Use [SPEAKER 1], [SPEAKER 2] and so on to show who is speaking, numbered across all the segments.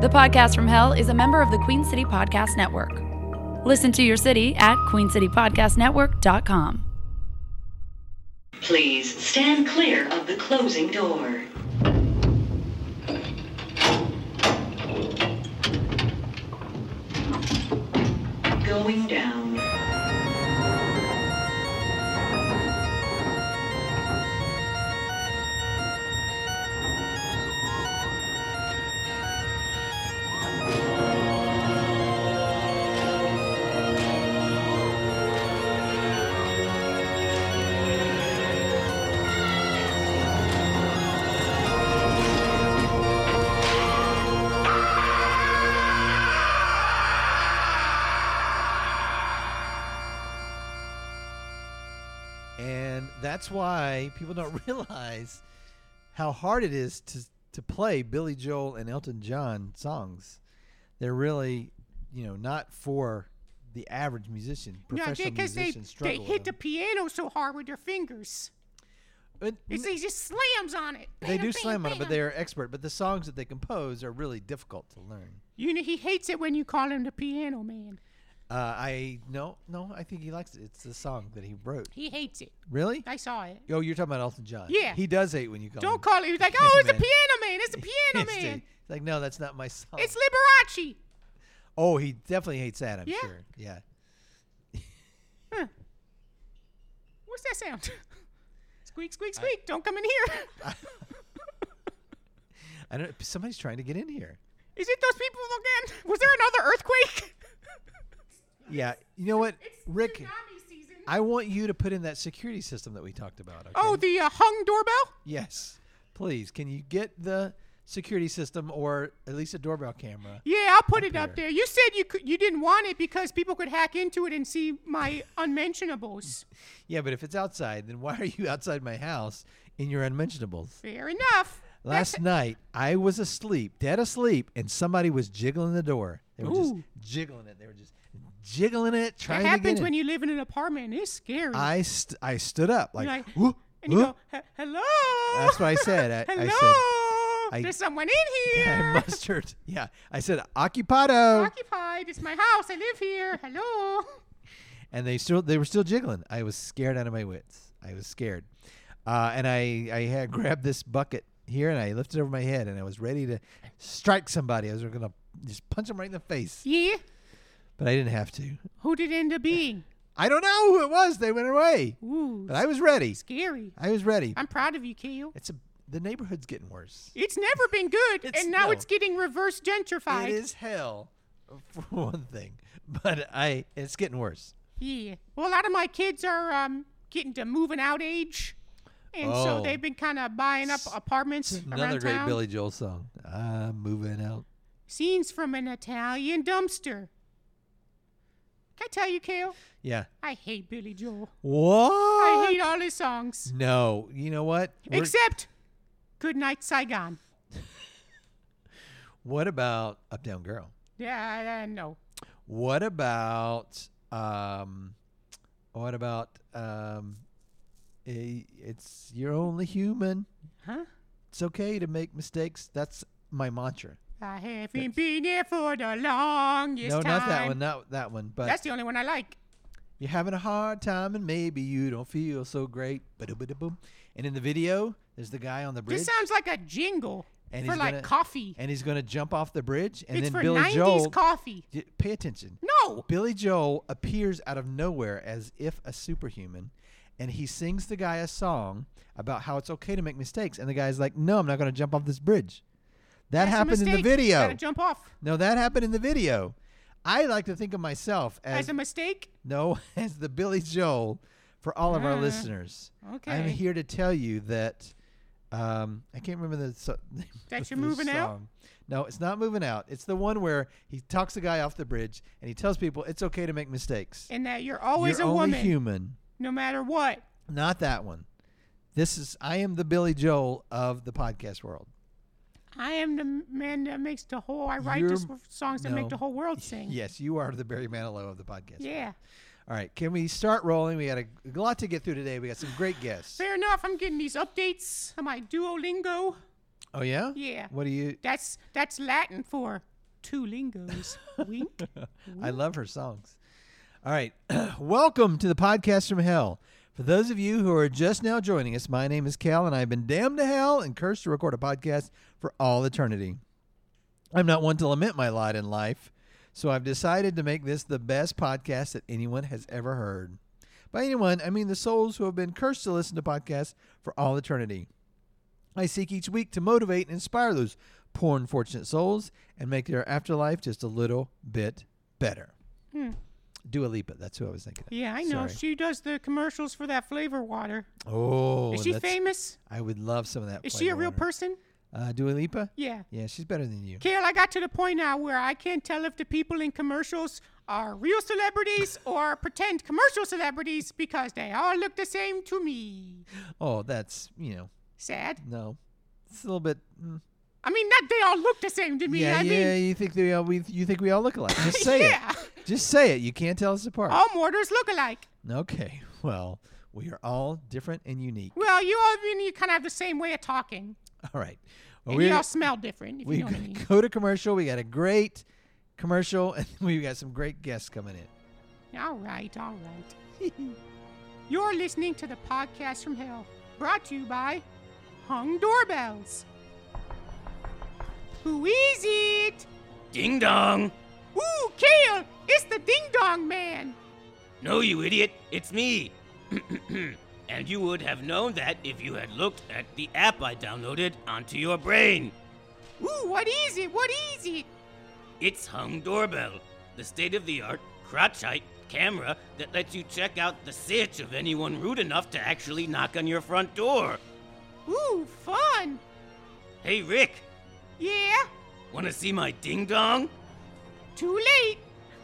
[SPEAKER 1] The Podcast from Hell is a member of the Queen City Podcast Network. Listen to your city at queencitypodcastnetwork.com.
[SPEAKER 2] Please stand clear of the closing door. Going down.
[SPEAKER 3] And that's why people don't realize how hard it is to to play Billy Joel and Elton John songs. They're really, you know, not for the average musician.
[SPEAKER 4] No,
[SPEAKER 3] Professional
[SPEAKER 4] because they,
[SPEAKER 3] musicians
[SPEAKER 4] they
[SPEAKER 3] struggle
[SPEAKER 4] hit the
[SPEAKER 3] with
[SPEAKER 4] piano so hard with their fingers.
[SPEAKER 3] them. But
[SPEAKER 4] It's,
[SPEAKER 3] n-
[SPEAKER 4] he just slams on it.
[SPEAKER 3] Mm. they
[SPEAKER 4] Bam,
[SPEAKER 3] do
[SPEAKER 4] bam,
[SPEAKER 3] slam on it, but
[SPEAKER 4] bam.
[SPEAKER 3] they're expert. But the songs that they compose are really difficult to learn.
[SPEAKER 4] You know, he hates it when you call him the piano man.
[SPEAKER 3] Uh, I no, no, I think he likes it. It's the song that he wrote.
[SPEAKER 4] He hates it.
[SPEAKER 3] Really?
[SPEAKER 4] I saw it.
[SPEAKER 3] Oh, you're talking about Elton John.
[SPEAKER 4] Yeah.
[SPEAKER 3] He does hate when you call. him
[SPEAKER 4] Don't call it. He's like, oh, it's the
[SPEAKER 3] Man.
[SPEAKER 4] piano man. It's the piano
[SPEAKER 3] It's
[SPEAKER 4] man.
[SPEAKER 3] like, no, that's not my song.
[SPEAKER 4] It's Liberace.
[SPEAKER 3] Oh, he definitely hates that. I'm
[SPEAKER 4] Yeah.
[SPEAKER 3] sure. Yeah.
[SPEAKER 4] What's that sound? squeak, squeak, squeak. Don't come in here.
[SPEAKER 3] I don't. Somebody's trying to get in here.
[SPEAKER 4] Is it those people again? Was there another earthquake?
[SPEAKER 3] Yeah. You know what,
[SPEAKER 4] It's
[SPEAKER 3] Rick?
[SPEAKER 4] tsunami season.
[SPEAKER 3] I want you to put in that security system that we talked about. Okay?
[SPEAKER 4] oh, the uh, hung doorbell?
[SPEAKER 3] yes. Please, can you get the security system or at least a doorbell camera?
[SPEAKER 4] Yeah, I'll put it
[SPEAKER 3] here.
[SPEAKER 4] up there. You said you could, you didn't want it because people could hack into it and see my unmentionables.
[SPEAKER 3] Yeah, but if it's outside, then why are you outside my house in your unmentionables?
[SPEAKER 4] Fair enough.
[SPEAKER 3] Last night, I was asleep, dead asleep, and somebody was jiggling the door. They were just
[SPEAKER 4] Ooh.
[SPEAKER 3] jiggling it. They were just jiggling it, trying to
[SPEAKER 4] That
[SPEAKER 3] get
[SPEAKER 4] happens
[SPEAKER 3] in.
[SPEAKER 4] when you live in an apartment. It's scary.
[SPEAKER 3] I st- I stood up like,
[SPEAKER 4] like,
[SPEAKER 3] "Whoa,
[SPEAKER 4] and you
[SPEAKER 3] whoa."
[SPEAKER 4] go, "He- hello.
[SPEAKER 3] That's what I said. I- I
[SPEAKER 4] hello.
[SPEAKER 3] said- I-
[SPEAKER 4] There's someone in here.
[SPEAKER 3] I mustered. Yeah, I said occupado,
[SPEAKER 4] Occupied. It's my house. I live here. Hello.
[SPEAKER 3] and they still they were still jiggling. I was scared out of my wits. I was scared, uh, and I I had grabbed this bucket here and I lifted it over my head and I was ready to strike somebody. I was gonna just punch them right in the face,
[SPEAKER 4] Yeah.
[SPEAKER 3] but I didn't have to.
[SPEAKER 4] Who did it end up being?
[SPEAKER 3] I don't know who it was. They went away,
[SPEAKER 4] Ooh.
[SPEAKER 3] but I was ready.
[SPEAKER 4] scary.
[SPEAKER 3] I was ready.
[SPEAKER 4] I'm proud of you, Keo.
[SPEAKER 3] It's a the neighborhood's getting worse.
[SPEAKER 4] It's never been good,
[SPEAKER 3] It's-
[SPEAKER 4] and now
[SPEAKER 3] no.
[SPEAKER 4] it's getting reverse gentrified.
[SPEAKER 3] It is hell for one thing, but I it's getting worse.
[SPEAKER 4] Yeah. Well, a lot of my kids are um, getting to moving out age, and
[SPEAKER 3] Oh.
[SPEAKER 4] so they've been kind of buying up apartments
[SPEAKER 3] Another
[SPEAKER 4] around
[SPEAKER 3] great
[SPEAKER 4] town.
[SPEAKER 3] Billy Joel song. I'm moving out.
[SPEAKER 4] Scenes from an Italian dumpster. Can I tell you, Kale?
[SPEAKER 3] Yeah.
[SPEAKER 4] I hate Billy Joel.
[SPEAKER 3] What?
[SPEAKER 4] I hate all his songs
[SPEAKER 3] No, you know what? We're-
[SPEAKER 4] except "Good Night Saigon."
[SPEAKER 3] what about Up Down Girl?
[SPEAKER 4] Yeah, uh, no.
[SPEAKER 3] What about um? What about um? eh, It's you're only human.
[SPEAKER 4] Huh?
[SPEAKER 3] It's okay to make mistakes. That's my mantra.
[SPEAKER 4] I haven't been here for the longest
[SPEAKER 3] no,
[SPEAKER 4] time.
[SPEAKER 3] not that one. Not that one. But
[SPEAKER 4] That's the only one I like.
[SPEAKER 3] You're having a hard time and maybe you don't feel so great. Ba-da-ba-da-boom. And in the video, there's the guy on the bridge
[SPEAKER 4] This sounds like a jingle
[SPEAKER 3] And
[SPEAKER 4] for
[SPEAKER 3] he's
[SPEAKER 4] like
[SPEAKER 3] gonna-
[SPEAKER 4] coffee.
[SPEAKER 3] and he's going to jump off the bridge and
[SPEAKER 4] it's
[SPEAKER 3] then
[SPEAKER 4] for
[SPEAKER 3] Billy
[SPEAKER 4] 90s
[SPEAKER 3] Joel
[SPEAKER 4] coffee.
[SPEAKER 3] Y- Pay attention.
[SPEAKER 4] No.
[SPEAKER 3] Billy Joel appears out of nowhere as if a superhuman and he sings the guy a song about how it's okay to make mistakes and the guy's like, "No, I'm not going to jump off this bridge." That
[SPEAKER 4] That's a
[SPEAKER 3] happened in the
[SPEAKER 4] mistake. You
[SPEAKER 3] video.
[SPEAKER 4] Gotta jump off.
[SPEAKER 3] no, that happened in the video. I like to think of myself
[SPEAKER 4] As,
[SPEAKER 3] as
[SPEAKER 4] a mistake?
[SPEAKER 3] No, as the Billy Joel for all of our
[SPEAKER 4] Ah,
[SPEAKER 3] listeners. I'm
[SPEAKER 4] okay.
[SPEAKER 3] here to tell you that um, I can't remember the so- name.
[SPEAKER 4] That
[SPEAKER 3] of
[SPEAKER 4] you're
[SPEAKER 3] the
[SPEAKER 4] moving out?
[SPEAKER 3] song. No, it's not moving out. It's the one where he talks the guy off the bridge and he tells people it's okay to make mistakes.
[SPEAKER 4] And that you're always
[SPEAKER 3] you're
[SPEAKER 4] Oh, a
[SPEAKER 3] only
[SPEAKER 4] woman.
[SPEAKER 3] human.
[SPEAKER 4] No matter what.
[SPEAKER 3] Not that one. This is I am the Billy Joel of the podcast world.
[SPEAKER 4] I am the man that makes the whole, I write
[SPEAKER 3] You're-
[SPEAKER 4] the s- songs that
[SPEAKER 3] no.
[SPEAKER 4] make the whole world sing.
[SPEAKER 3] Yes, you are the Barry Manilow of the podcast.
[SPEAKER 4] Yeah.
[SPEAKER 3] All right, can we start rolling? We had a, a lot to get through today. We got some great guests.
[SPEAKER 4] Fair enough. I'm getting these updates on my Duolingo.
[SPEAKER 3] Oh yeah.
[SPEAKER 4] Yeah.
[SPEAKER 3] What do you?
[SPEAKER 4] That's that's Latin for two lingos. Wink.
[SPEAKER 3] I love her songs. All right. Welcome to the podcast from hell. For those of you who are just now joining us, my name is Cal, and I've been damned to hell and cursed to record a podcast for all eternity. I'm not one to lament my lot in life, so I've decided to make this the best podcast that anyone has ever heard. By anyone, I mean the souls who have been cursed to listen to podcasts for all eternity. I seek each week to motivate and inspire those poor, unfortunate souls and make their afterlife just a little bit better. Dua Lipa, that's who I was thinking. Of.
[SPEAKER 4] Hmm. Yeah, I know.
[SPEAKER 3] Sorry.
[SPEAKER 4] She does the commercials for that flavor water.
[SPEAKER 3] oh,
[SPEAKER 4] Is she
[SPEAKER 3] that's-
[SPEAKER 4] famous?
[SPEAKER 3] I would love some of that.
[SPEAKER 4] Is she a
[SPEAKER 3] flavor
[SPEAKER 4] real
[SPEAKER 3] water.
[SPEAKER 4] person?
[SPEAKER 3] Uh, Dua Lipa?
[SPEAKER 4] Yeah.
[SPEAKER 3] Yeah, she's better than you.
[SPEAKER 4] Carol, I got to the point now where I can't tell if the people in commercials are real celebrities or pretend commercial celebrities because they all look the same to me.
[SPEAKER 3] Oh, that's you know,
[SPEAKER 4] Sad.
[SPEAKER 3] no, it's a little bit. mm.
[SPEAKER 4] I mean, not they all look the same to me.
[SPEAKER 3] yeah,
[SPEAKER 4] I
[SPEAKER 3] yeah.
[SPEAKER 4] mean,
[SPEAKER 3] you think they all we you think we all look alike? Just say
[SPEAKER 4] yeah. Oh.
[SPEAKER 3] it. Just say it. You can't tell us apart.
[SPEAKER 4] All mortars look alike.
[SPEAKER 3] Okay. Well, we are all different and unique.
[SPEAKER 4] Well, you all, I mean, you kind of have the same way of talking.
[SPEAKER 3] All right. Well,
[SPEAKER 4] And
[SPEAKER 3] we're-
[SPEAKER 4] you all smell different, if
[SPEAKER 3] Oh, we
[SPEAKER 4] you know what I
[SPEAKER 3] gotta
[SPEAKER 4] mean.
[SPEAKER 3] go to commercial. We got a great commercial, and we've got some great guests coming in.
[SPEAKER 4] All right, all right. You're listening to the podcast from hell, brought to you by Hung Doorbells. Who is it?
[SPEAKER 5] Ding dong!
[SPEAKER 4] Ooh, Kale! It's the Ding Dong Man!
[SPEAKER 5] No, you idiot, it's me! and you would have known that if you had looked at the app I downloaded onto your brain.
[SPEAKER 4] Ooh, what is it? What is it?
[SPEAKER 5] It's Hung Doorbell, the state of the art crotchite camera that lets you check out the sitch of anyone rude enough to actually knock on your front door.
[SPEAKER 4] Ooh, fun!
[SPEAKER 5] Hey, Rick,
[SPEAKER 4] Yeah,
[SPEAKER 5] wanna see my ding dong?
[SPEAKER 4] too late.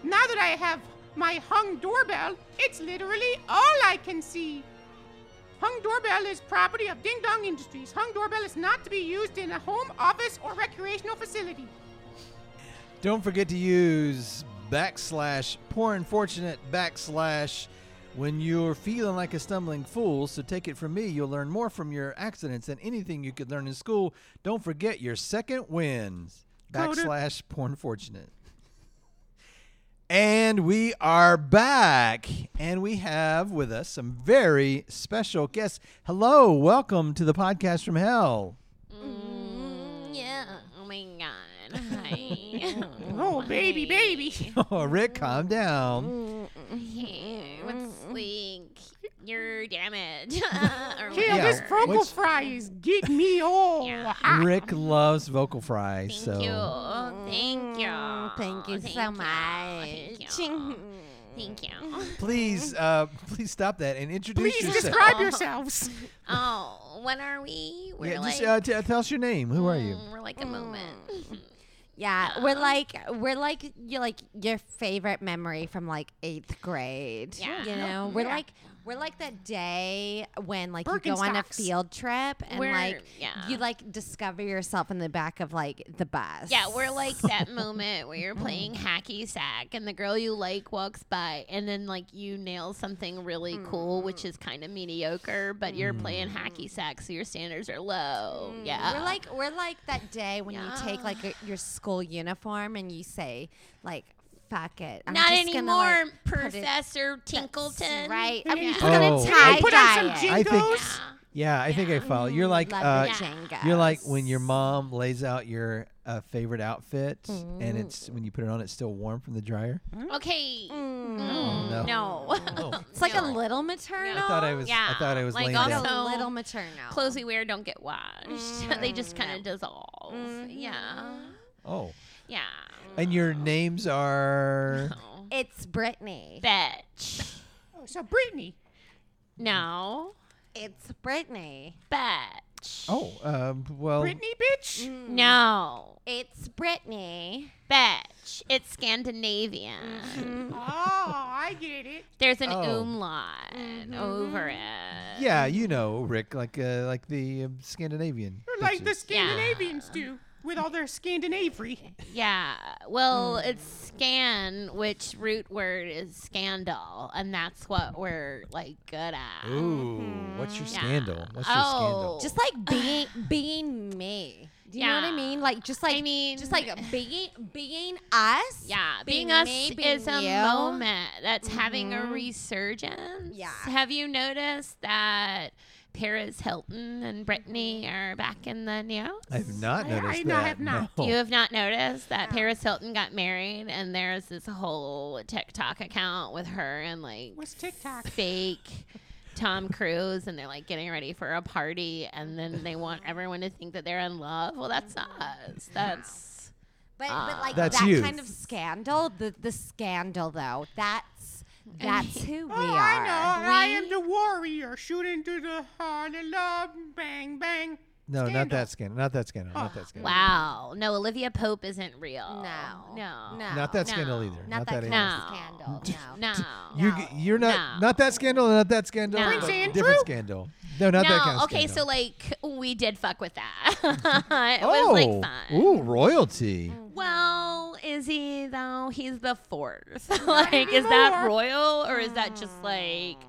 [SPEAKER 4] Now that I have my hung doorbell, it's literally all I can see. Hung doorbell is property of Ding Dong Industries. Hung doorbell is not to be used in a home, office, or recreational facility.
[SPEAKER 3] Don't forget to use backslash poor unfortunate backslash when you're feeling like a stumbling fool. So take it from me, you'll learn more from your accidents than anything you could learn in school. Don't forget your second wins.
[SPEAKER 4] Go to-
[SPEAKER 3] Backslash poor unfortunate. And we are back, and we have with us some very special guests. Hello, welcome to the podcast from hell.
[SPEAKER 6] Mm, yeah. Oh my god. Hi.
[SPEAKER 4] Oh, baby, baby.
[SPEAKER 3] Oh, Rick, calm down.
[SPEAKER 6] Hey, What's like your damage? or
[SPEAKER 4] Kale, this
[SPEAKER 6] whatever.
[SPEAKER 4] vocal
[SPEAKER 3] what's-
[SPEAKER 4] fry is getting me all
[SPEAKER 6] Yeah.
[SPEAKER 4] hot.
[SPEAKER 3] Rick loves vocal fry,
[SPEAKER 6] Thank
[SPEAKER 3] so
[SPEAKER 6] you. Thank you.
[SPEAKER 7] Thank you so
[SPEAKER 6] much. Thank you. Thank you.
[SPEAKER 3] please, uh, please stop that and introduce
[SPEAKER 4] Please
[SPEAKER 3] yourself.
[SPEAKER 4] describe yourselves.
[SPEAKER 6] Oh, what are we? We're
[SPEAKER 3] yeah,
[SPEAKER 6] like
[SPEAKER 3] just uh, t- tell us your name. Who are you?
[SPEAKER 6] mm, We're like a moment.
[SPEAKER 7] Yeah, we're like we're like you like your favorite memory from like eighth grade.
[SPEAKER 6] Yeah.
[SPEAKER 7] you know we're
[SPEAKER 6] Yeah.
[SPEAKER 7] like we're like that day when like you go on a
[SPEAKER 4] Birkenstocks.
[SPEAKER 7] field trip and
[SPEAKER 6] We're-
[SPEAKER 7] like
[SPEAKER 6] yeah.
[SPEAKER 7] you like discover yourself in the back of like the bus.
[SPEAKER 6] Yeah, we're like that moment where you're playing hacky sack and the girl you like walks by and then like you nail something really cool which
[SPEAKER 7] Mm.
[SPEAKER 6] is kind of mediocre, but you're playing hacky sack so your standards are low. Yeah.
[SPEAKER 7] Mm. We're like we're like that day when you take
[SPEAKER 6] Yeah.
[SPEAKER 7] like a, your school uniform and you say like fuck it. I'm
[SPEAKER 6] not
[SPEAKER 7] just
[SPEAKER 6] anymore,
[SPEAKER 7] gonna, like, put it-
[SPEAKER 6] Professor
[SPEAKER 7] that's
[SPEAKER 6] Tinkleton.
[SPEAKER 7] right? I'm
[SPEAKER 4] Yeah.
[SPEAKER 7] just
[SPEAKER 3] Oh.
[SPEAKER 7] gonna
[SPEAKER 3] And you
[SPEAKER 7] tie
[SPEAKER 4] put on some
[SPEAKER 7] dye it. Mm,
[SPEAKER 4] jeans.
[SPEAKER 3] I think,
[SPEAKER 6] Yeah.
[SPEAKER 3] yeah, I think I follow. You're like, uh,
[SPEAKER 7] Um, Love the
[SPEAKER 3] you're like
[SPEAKER 7] Jengas.
[SPEAKER 3] when your mom lays out your uh, favorite outfit, and it's when you put it on, it's still warm from the dryer.
[SPEAKER 6] Okay.
[SPEAKER 7] Mm.
[SPEAKER 6] Mm.
[SPEAKER 3] Oh, no.
[SPEAKER 6] No.
[SPEAKER 3] Oh.
[SPEAKER 7] It's like
[SPEAKER 6] No.
[SPEAKER 7] a little maternal.
[SPEAKER 3] I thought I was,
[SPEAKER 6] Yeah.
[SPEAKER 3] I thought I was
[SPEAKER 6] Like
[SPEAKER 3] laying
[SPEAKER 6] also-
[SPEAKER 7] Like
[SPEAKER 3] down.
[SPEAKER 7] a
[SPEAKER 6] No.
[SPEAKER 7] little maternal.
[SPEAKER 6] Clothes we wear don't get washed. they just
[SPEAKER 7] Mm.
[SPEAKER 6] kind of dissolve.
[SPEAKER 7] Mm-hmm.
[SPEAKER 6] Yeah.
[SPEAKER 3] Oh,
[SPEAKER 6] Yeah.
[SPEAKER 3] and your names are.
[SPEAKER 6] Oh.
[SPEAKER 7] It's Brittany.
[SPEAKER 6] Betch.
[SPEAKER 4] So, Brittany,
[SPEAKER 6] No.
[SPEAKER 7] It's Brittany.
[SPEAKER 6] Betch.
[SPEAKER 3] Oh, um, well,
[SPEAKER 4] Brittany, bitch.
[SPEAKER 6] Mm.
[SPEAKER 7] Mm.
[SPEAKER 6] No.
[SPEAKER 7] It's Brittany.
[SPEAKER 6] Betch. It's Scandinavian.
[SPEAKER 4] Oh, I get it.
[SPEAKER 6] There's an
[SPEAKER 3] Oh.
[SPEAKER 6] umlaut over it.
[SPEAKER 3] yeah, you know, Rick, like, uh, like the um, Scandinavian.
[SPEAKER 4] Or like the
[SPEAKER 3] bitches.
[SPEAKER 4] Scandinavians do with all their Scandinavian.
[SPEAKER 6] Yeah. Well, it's scan, which root word is scandal, and that's what we're like good at.
[SPEAKER 3] Ooh, what's your
[SPEAKER 6] Mm-hmm. Yeah.
[SPEAKER 3] scandal? What's your scandal?
[SPEAKER 6] Oh.
[SPEAKER 7] Just like being being me. Do you know what
[SPEAKER 6] Yeah.
[SPEAKER 7] I mean? Like just like
[SPEAKER 6] I mean-
[SPEAKER 7] just like being being us.
[SPEAKER 6] Yeah, being, us
[SPEAKER 7] me,
[SPEAKER 6] is a
[SPEAKER 7] being you.
[SPEAKER 6] moment that's having a
[SPEAKER 7] Mhm.
[SPEAKER 6] resurgence.
[SPEAKER 7] Yeah.
[SPEAKER 6] Have you noticed that Paris Hilton and Britney are back in the news?
[SPEAKER 3] I have not
[SPEAKER 4] I-
[SPEAKER 3] noticed
[SPEAKER 4] I
[SPEAKER 3] that.
[SPEAKER 4] know- I have not.
[SPEAKER 3] No.
[SPEAKER 6] You have not noticed that
[SPEAKER 7] No.
[SPEAKER 6] Paris Hilton got married, and there's this whole TikTok account with her and like
[SPEAKER 4] What's TikTok?
[SPEAKER 6] fake Tom Cruise, and they're like getting ready for a party, and then they want everyone to think that they're in love. Well, that's us. That's
[SPEAKER 7] But, but
[SPEAKER 6] Ah.
[SPEAKER 7] like
[SPEAKER 3] That's
[SPEAKER 7] that
[SPEAKER 3] you.
[SPEAKER 7] kind of scandal, the the scandal though, that's that's who
[SPEAKER 4] Oh,
[SPEAKER 7] we are.
[SPEAKER 4] I know. I am
[SPEAKER 6] We-
[SPEAKER 4] the warrior shooting to the heart of love. Bang, bang.
[SPEAKER 3] No, not
[SPEAKER 4] Scandal.
[SPEAKER 3] that scandal. Not that scandal. Not
[SPEAKER 4] Oh,
[SPEAKER 3] that scandal.
[SPEAKER 6] wow. No, Olivia Pope isn't real.
[SPEAKER 7] No,
[SPEAKER 6] no,
[SPEAKER 7] no.
[SPEAKER 3] Not that scandal
[SPEAKER 6] No.
[SPEAKER 3] either.
[SPEAKER 7] Not, that,
[SPEAKER 3] either.
[SPEAKER 7] kind of
[SPEAKER 6] No.
[SPEAKER 7] scandal. No.
[SPEAKER 6] no.
[SPEAKER 3] You g- you're not
[SPEAKER 6] No.
[SPEAKER 3] not that scandal, not that scandal,
[SPEAKER 6] No.
[SPEAKER 3] but
[SPEAKER 6] Prince
[SPEAKER 4] Andrew?
[SPEAKER 3] different scandal. No, not that kind of
[SPEAKER 6] okay, so
[SPEAKER 3] scandal.
[SPEAKER 6] like we did fuck with that. it
[SPEAKER 3] oh,
[SPEAKER 6] was like fun. Mm.
[SPEAKER 3] ooh, royalty.
[SPEAKER 6] Well, is he though? He's the fourth. like, is that royal or is that just like
[SPEAKER 7] Mm.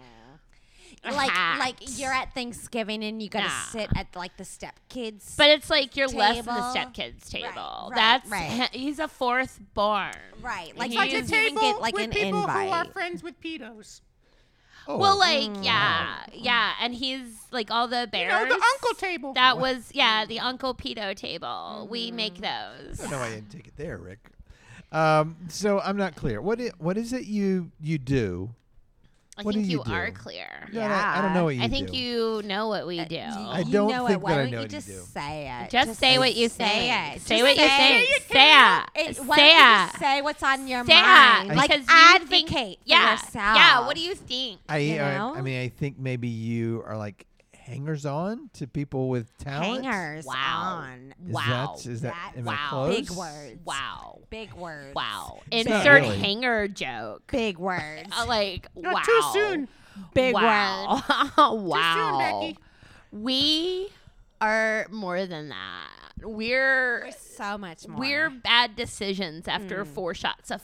[SPEAKER 6] a
[SPEAKER 7] like
[SPEAKER 6] hat?
[SPEAKER 7] like you're at Thanksgiving and you gotta
[SPEAKER 6] Nah.
[SPEAKER 7] sit at like the stepkids.
[SPEAKER 6] But it's like you're less than the
[SPEAKER 7] Table.
[SPEAKER 6] stepkids
[SPEAKER 7] Right,
[SPEAKER 6] table.
[SPEAKER 7] right,
[SPEAKER 6] That's
[SPEAKER 7] right.
[SPEAKER 6] he's a fourth born.
[SPEAKER 7] right, like
[SPEAKER 6] It's
[SPEAKER 7] you
[SPEAKER 6] like
[SPEAKER 7] didn't
[SPEAKER 6] a
[SPEAKER 7] even get like
[SPEAKER 4] with
[SPEAKER 7] an
[SPEAKER 4] people who are
[SPEAKER 7] invite.
[SPEAKER 4] friends with pedos.
[SPEAKER 3] Oh,
[SPEAKER 6] Well, like
[SPEAKER 7] Mm.
[SPEAKER 6] yeah, yeah, and he's like all the
[SPEAKER 4] You
[SPEAKER 6] bears.
[SPEAKER 4] know, the uncle table.
[SPEAKER 6] That was yeah, the uncle pedo table.
[SPEAKER 7] Mm-hmm.
[SPEAKER 6] We make those.
[SPEAKER 3] I don't know why you didn't take it there, Rick. Um, so I'm not clear. What i- what is it you you do?
[SPEAKER 6] I
[SPEAKER 3] What do
[SPEAKER 6] think
[SPEAKER 3] you
[SPEAKER 6] you, are
[SPEAKER 3] do?
[SPEAKER 6] clear.
[SPEAKER 3] No, no, I don't know what you
[SPEAKER 6] I think
[SPEAKER 3] do.
[SPEAKER 6] you know what
[SPEAKER 7] Uh,
[SPEAKER 6] we do.
[SPEAKER 3] I don't
[SPEAKER 7] know
[SPEAKER 3] think
[SPEAKER 7] it. Why
[SPEAKER 3] that I
[SPEAKER 7] don't
[SPEAKER 3] know
[SPEAKER 7] you
[SPEAKER 3] what you
[SPEAKER 7] just
[SPEAKER 3] do.
[SPEAKER 7] say it?
[SPEAKER 6] Just say what you
[SPEAKER 7] say
[SPEAKER 6] think.
[SPEAKER 7] it.
[SPEAKER 6] Say
[SPEAKER 7] Just
[SPEAKER 6] what you
[SPEAKER 7] say
[SPEAKER 6] think.
[SPEAKER 7] it.
[SPEAKER 6] Say it.
[SPEAKER 7] It- why
[SPEAKER 6] Say
[SPEAKER 7] don't you just
[SPEAKER 6] it.
[SPEAKER 7] say what's on your
[SPEAKER 6] Yeah,
[SPEAKER 7] mind? Like
[SPEAKER 6] because you think-
[SPEAKER 7] advocate for
[SPEAKER 6] yeah,
[SPEAKER 7] yourself.
[SPEAKER 6] Yeah, what do you think?
[SPEAKER 3] I,
[SPEAKER 7] You
[SPEAKER 3] I- I
[SPEAKER 7] know?
[SPEAKER 3] mean, I think maybe you are like hangers on to people with talent.
[SPEAKER 7] hangers
[SPEAKER 6] Wow.
[SPEAKER 7] on?
[SPEAKER 3] Is
[SPEAKER 6] Wow.
[SPEAKER 3] That, is that
[SPEAKER 7] That-
[SPEAKER 3] am I
[SPEAKER 6] wow.
[SPEAKER 3] close?
[SPEAKER 7] Big words.
[SPEAKER 6] Wow.
[SPEAKER 7] Big words.
[SPEAKER 6] Wow.
[SPEAKER 3] not
[SPEAKER 6] Insert
[SPEAKER 3] really.
[SPEAKER 6] hanger joke.
[SPEAKER 7] Big words.
[SPEAKER 6] Uh, Like
[SPEAKER 4] Not
[SPEAKER 6] wow.
[SPEAKER 4] too soon.
[SPEAKER 7] Big
[SPEAKER 6] wow. wow.
[SPEAKER 4] Becky.
[SPEAKER 6] We are more than that. We're
[SPEAKER 7] so much more.
[SPEAKER 6] we're bad decisions after four shots of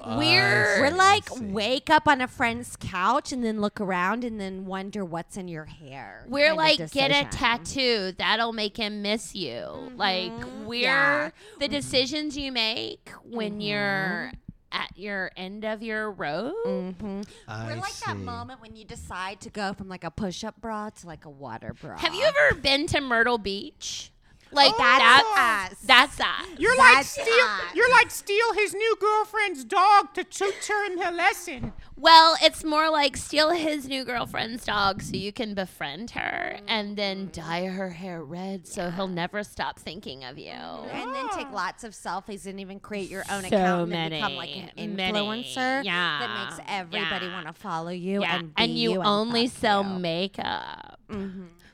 [SPEAKER 3] Oh, I
[SPEAKER 6] We're-
[SPEAKER 3] see,
[SPEAKER 7] We're
[SPEAKER 3] I
[SPEAKER 7] like
[SPEAKER 3] see.
[SPEAKER 7] wake up on a friend's couch and then look around and then wonder what's in your hair.
[SPEAKER 6] We're
[SPEAKER 7] kind of
[SPEAKER 6] like, get a
[SPEAKER 7] decision.
[SPEAKER 6] tattoo. That'll make him miss you. Like, we're
[SPEAKER 7] Yeah.
[SPEAKER 6] the decisions you make when you're at your end of your road.
[SPEAKER 7] Mhm.
[SPEAKER 3] Mm-hmm. I
[SPEAKER 7] We're like that
[SPEAKER 3] see.
[SPEAKER 7] moment when you decide to go from like a push-up bra to like a water bra.
[SPEAKER 6] Have you ever been to Myrtle Beach? Like,
[SPEAKER 7] Oh,
[SPEAKER 6] that's
[SPEAKER 7] us.
[SPEAKER 6] That's that.
[SPEAKER 4] You're like
[SPEAKER 7] That's
[SPEAKER 4] steal.
[SPEAKER 7] hot.
[SPEAKER 4] You're like steal his new girlfriend's dog to teach her in her lesson.
[SPEAKER 6] Well, it's more like steal his new girlfriend's dog so you can befriend her and then dye her hair red so he'll never stop thinking of you.
[SPEAKER 7] And then take lots of selfies and even create your own
[SPEAKER 6] So
[SPEAKER 7] account and then become like
[SPEAKER 6] many,
[SPEAKER 7] an
[SPEAKER 6] many,
[SPEAKER 7] influencer
[SPEAKER 6] yeah,
[SPEAKER 7] that makes everybody
[SPEAKER 6] yeah.
[SPEAKER 7] want to follow you and be
[SPEAKER 6] you, Mm-hmm. only
[SPEAKER 7] fuck
[SPEAKER 6] sell
[SPEAKER 7] you.
[SPEAKER 6] makeup.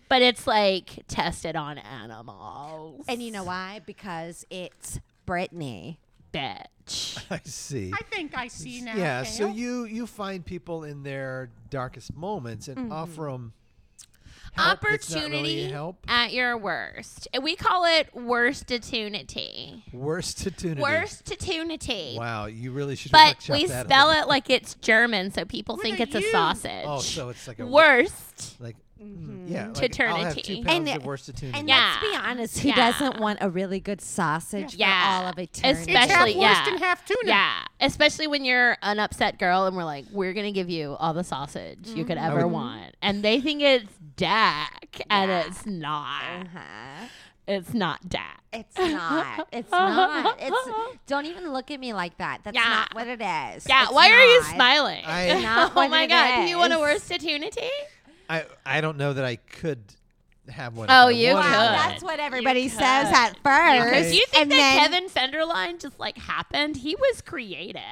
[SPEAKER 6] But it's like tested on animals.
[SPEAKER 7] And you know why? Because it's Britney.
[SPEAKER 6] bitch.
[SPEAKER 3] I see.
[SPEAKER 4] I think I see now.
[SPEAKER 3] yeah.
[SPEAKER 4] Kale.
[SPEAKER 3] So you you find people in their darkest moments and offer 'em help that's not really
[SPEAKER 6] Mm-hmm. Opportunity
[SPEAKER 3] help.
[SPEAKER 6] at your worst. We call it worst opportunity.
[SPEAKER 3] Worst attunity.
[SPEAKER 6] Worst opportunity.
[SPEAKER 3] Wow, you really should.
[SPEAKER 6] But
[SPEAKER 3] workshop
[SPEAKER 6] we
[SPEAKER 3] that a
[SPEAKER 6] spell
[SPEAKER 3] little
[SPEAKER 6] it like it's German, so people
[SPEAKER 4] What
[SPEAKER 6] think
[SPEAKER 4] are
[SPEAKER 6] it's
[SPEAKER 4] you?
[SPEAKER 6] a sausage.
[SPEAKER 3] Oh, so it's like a wor-
[SPEAKER 6] worst.
[SPEAKER 3] Like, mm,
[SPEAKER 6] mm-hmm.
[SPEAKER 3] yeah, like I'll have two
[SPEAKER 6] Toternity.
[SPEAKER 3] pounds
[SPEAKER 7] And
[SPEAKER 3] of
[SPEAKER 7] it-
[SPEAKER 3] worst attunity.
[SPEAKER 7] And
[SPEAKER 6] Yeah.
[SPEAKER 7] let's be honest, who
[SPEAKER 6] Yeah.
[SPEAKER 7] doesn't want a really good sausage
[SPEAKER 6] Yeah.
[SPEAKER 7] for all of
[SPEAKER 4] it's
[SPEAKER 7] eternity?
[SPEAKER 4] half
[SPEAKER 6] Especially-
[SPEAKER 4] worst
[SPEAKER 6] yeah.
[SPEAKER 4] and half tuna.
[SPEAKER 6] Yeah, especially when you're an upset girl, and we're like, we're gonna give you all the sausage you could ever
[SPEAKER 3] would-
[SPEAKER 6] want, and they think it's Dak, and it's not.
[SPEAKER 7] Uh-huh.
[SPEAKER 6] It's not Dak.
[SPEAKER 7] It's not. It's not. It's don't even look at me like that. That's
[SPEAKER 6] Yeah.
[SPEAKER 7] not what it is.
[SPEAKER 6] yeah,
[SPEAKER 7] It's
[SPEAKER 6] why are you
[SPEAKER 7] not.
[SPEAKER 6] smiling?
[SPEAKER 3] I- It's
[SPEAKER 7] not
[SPEAKER 6] oh
[SPEAKER 7] what
[SPEAKER 6] my
[SPEAKER 7] it
[SPEAKER 6] god, do you want a
[SPEAKER 7] is.
[SPEAKER 6] worst opportunity?
[SPEAKER 3] I I don't know that I could have one. if
[SPEAKER 6] Oh,
[SPEAKER 3] I
[SPEAKER 6] you
[SPEAKER 3] wanted
[SPEAKER 6] could.
[SPEAKER 7] Wow,
[SPEAKER 3] one.
[SPEAKER 7] that's what everybody says
[SPEAKER 6] could.
[SPEAKER 7] at
[SPEAKER 6] Because
[SPEAKER 7] first.
[SPEAKER 6] you think
[SPEAKER 7] and
[SPEAKER 6] that Kevin
[SPEAKER 7] then,
[SPEAKER 6] Fenderline just like happened? He was created.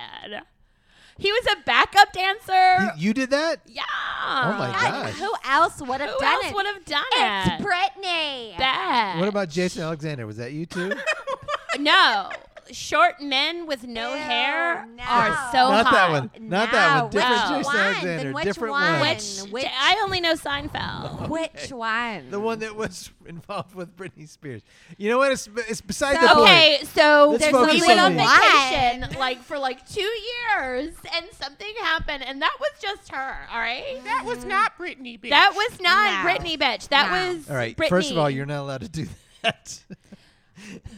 [SPEAKER 6] He was a backup dancer.
[SPEAKER 3] You, you did that?
[SPEAKER 6] yeah.
[SPEAKER 3] Oh my
[SPEAKER 7] God,
[SPEAKER 3] Gosh.
[SPEAKER 7] who else would have
[SPEAKER 6] Who
[SPEAKER 7] done
[SPEAKER 6] else
[SPEAKER 7] it?
[SPEAKER 6] would have done
[SPEAKER 7] it's
[SPEAKER 6] it?
[SPEAKER 7] Brittany.
[SPEAKER 6] Bad.
[SPEAKER 3] What about Jason Alexander? Was that you too?
[SPEAKER 6] no? short men with no
[SPEAKER 7] Ew,
[SPEAKER 6] hair
[SPEAKER 7] no.
[SPEAKER 6] are so
[SPEAKER 3] Not
[SPEAKER 6] hot.
[SPEAKER 3] that one. Not that
[SPEAKER 7] No,
[SPEAKER 3] one. Different
[SPEAKER 6] Oh,
[SPEAKER 3] Jason
[SPEAKER 6] which
[SPEAKER 7] one? Then
[SPEAKER 3] Alexander.
[SPEAKER 7] which
[SPEAKER 3] different
[SPEAKER 7] one?
[SPEAKER 6] Which,
[SPEAKER 7] Which-
[SPEAKER 6] I only know Seinfeld.
[SPEAKER 7] Which one?
[SPEAKER 3] The one that was involved with Britney Spears. You know what? It's, it's beside the point.
[SPEAKER 6] Okay, so
[SPEAKER 3] Let's
[SPEAKER 6] there's
[SPEAKER 3] focus
[SPEAKER 6] we went
[SPEAKER 3] on
[SPEAKER 6] on
[SPEAKER 7] one.
[SPEAKER 6] vacation like for like two years, and something happened, and that was just her. All right,
[SPEAKER 4] That was not Britney, bitch.
[SPEAKER 6] that was not
[SPEAKER 7] No.
[SPEAKER 6] Brittany, bitch. That
[SPEAKER 7] No.
[SPEAKER 6] was
[SPEAKER 3] All right.
[SPEAKER 6] Britney.
[SPEAKER 3] First of all, you're not allowed to do that.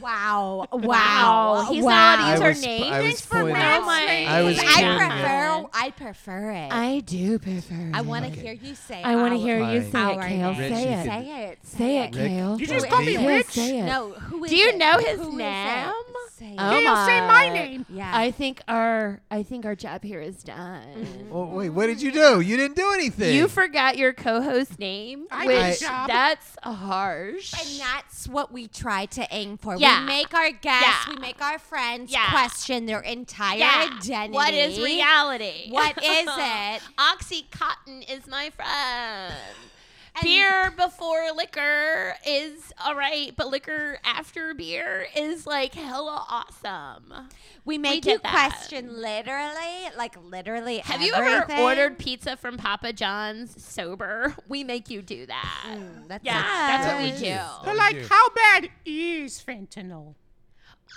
[SPEAKER 7] Wow. Wow.
[SPEAKER 6] Wow. He's not allowed
[SPEAKER 7] wow.
[SPEAKER 6] to use
[SPEAKER 3] I
[SPEAKER 6] her
[SPEAKER 3] was-
[SPEAKER 6] name.
[SPEAKER 3] I was
[SPEAKER 6] Thanks for
[SPEAKER 3] pointing-
[SPEAKER 6] now, my-
[SPEAKER 3] I was
[SPEAKER 7] I
[SPEAKER 3] Yeah.
[SPEAKER 7] prefer. I prefer it. I,
[SPEAKER 6] do prefer.
[SPEAKER 7] want to hear you say.
[SPEAKER 6] I want to
[SPEAKER 7] our-
[SPEAKER 6] hear you
[SPEAKER 3] Fine.
[SPEAKER 6] say it,
[SPEAKER 7] our
[SPEAKER 6] Kale.
[SPEAKER 7] name.
[SPEAKER 3] Rich,
[SPEAKER 6] Say
[SPEAKER 3] you can-
[SPEAKER 6] it.
[SPEAKER 7] Say it.
[SPEAKER 6] Say it,
[SPEAKER 3] Rick,
[SPEAKER 6] Kale.
[SPEAKER 4] You just called me
[SPEAKER 3] Kale,
[SPEAKER 4] rich.
[SPEAKER 6] say it.
[SPEAKER 7] No. Who is
[SPEAKER 6] Do you
[SPEAKER 7] it?
[SPEAKER 6] know his
[SPEAKER 7] Who is it?
[SPEAKER 6] name?
[SPEAKER 7] Say it.
[SPEAKER 6] Oh
[SPEAKER 4] Kale, say my
[SPEAKER 6] my.
[SPEAKER 4] name.
[SPEAKER 7] Yeah.
[SPEAKER 6] I think our I think our job here is done.
[SPEAKER 3] oh, wait, what did you do? You didn't do anything.
[SPEAKER 6] You forgot your co-host name,
[SPEAKER 4] I
[SPEAKER 6] which
[SPEAKER 4] did a job.
[SPEAKER 6] that's harsh.
[SPEAKER 7] And that's what we try to aim for.
[SPEAKER 6] Yeah.
[SPEAKER 7] We make our guests,
[SPEAKER 6] Yeah.
[SPEAKER 7] we make our friends
[SPEAKER 6] Yeah.
[SPEAKER 7] question their entire identity.
[SPEAKER 6] What is reality?
[SPEAKER 7] What is it?
[SPEAKER 6] Oxycontin is my friend. beer before liquor is all right, but liquor after beer is like hella awesome.
[SPEAKER 7] We make
[SPEAKER 6] did
[SPEAKER 7] you
[SPEAKER 6] that.
[SPEAKER 7] question literally, like literally.
[SPEAKER 6] Have you
[SPEAKER 7] everything.
[SPEAKER 6] ever ordered pizza from Papa John's sober? We make you do that.
[SPEAKER 7] Mm, that's
[SPEAKER 6] yeah,
[SPEAKER 7] nice.
[SPEAKER 6] that's what we
[SPEAKER 3] Yes.
[SPEAKER 6] do.
[SPEAKER 4] But
[SPEAKER 3] Oh,
[SPEAKER 4] like,
[SPEAKER 3] dear.
[SPEAKER 4] how bad is fentanyl?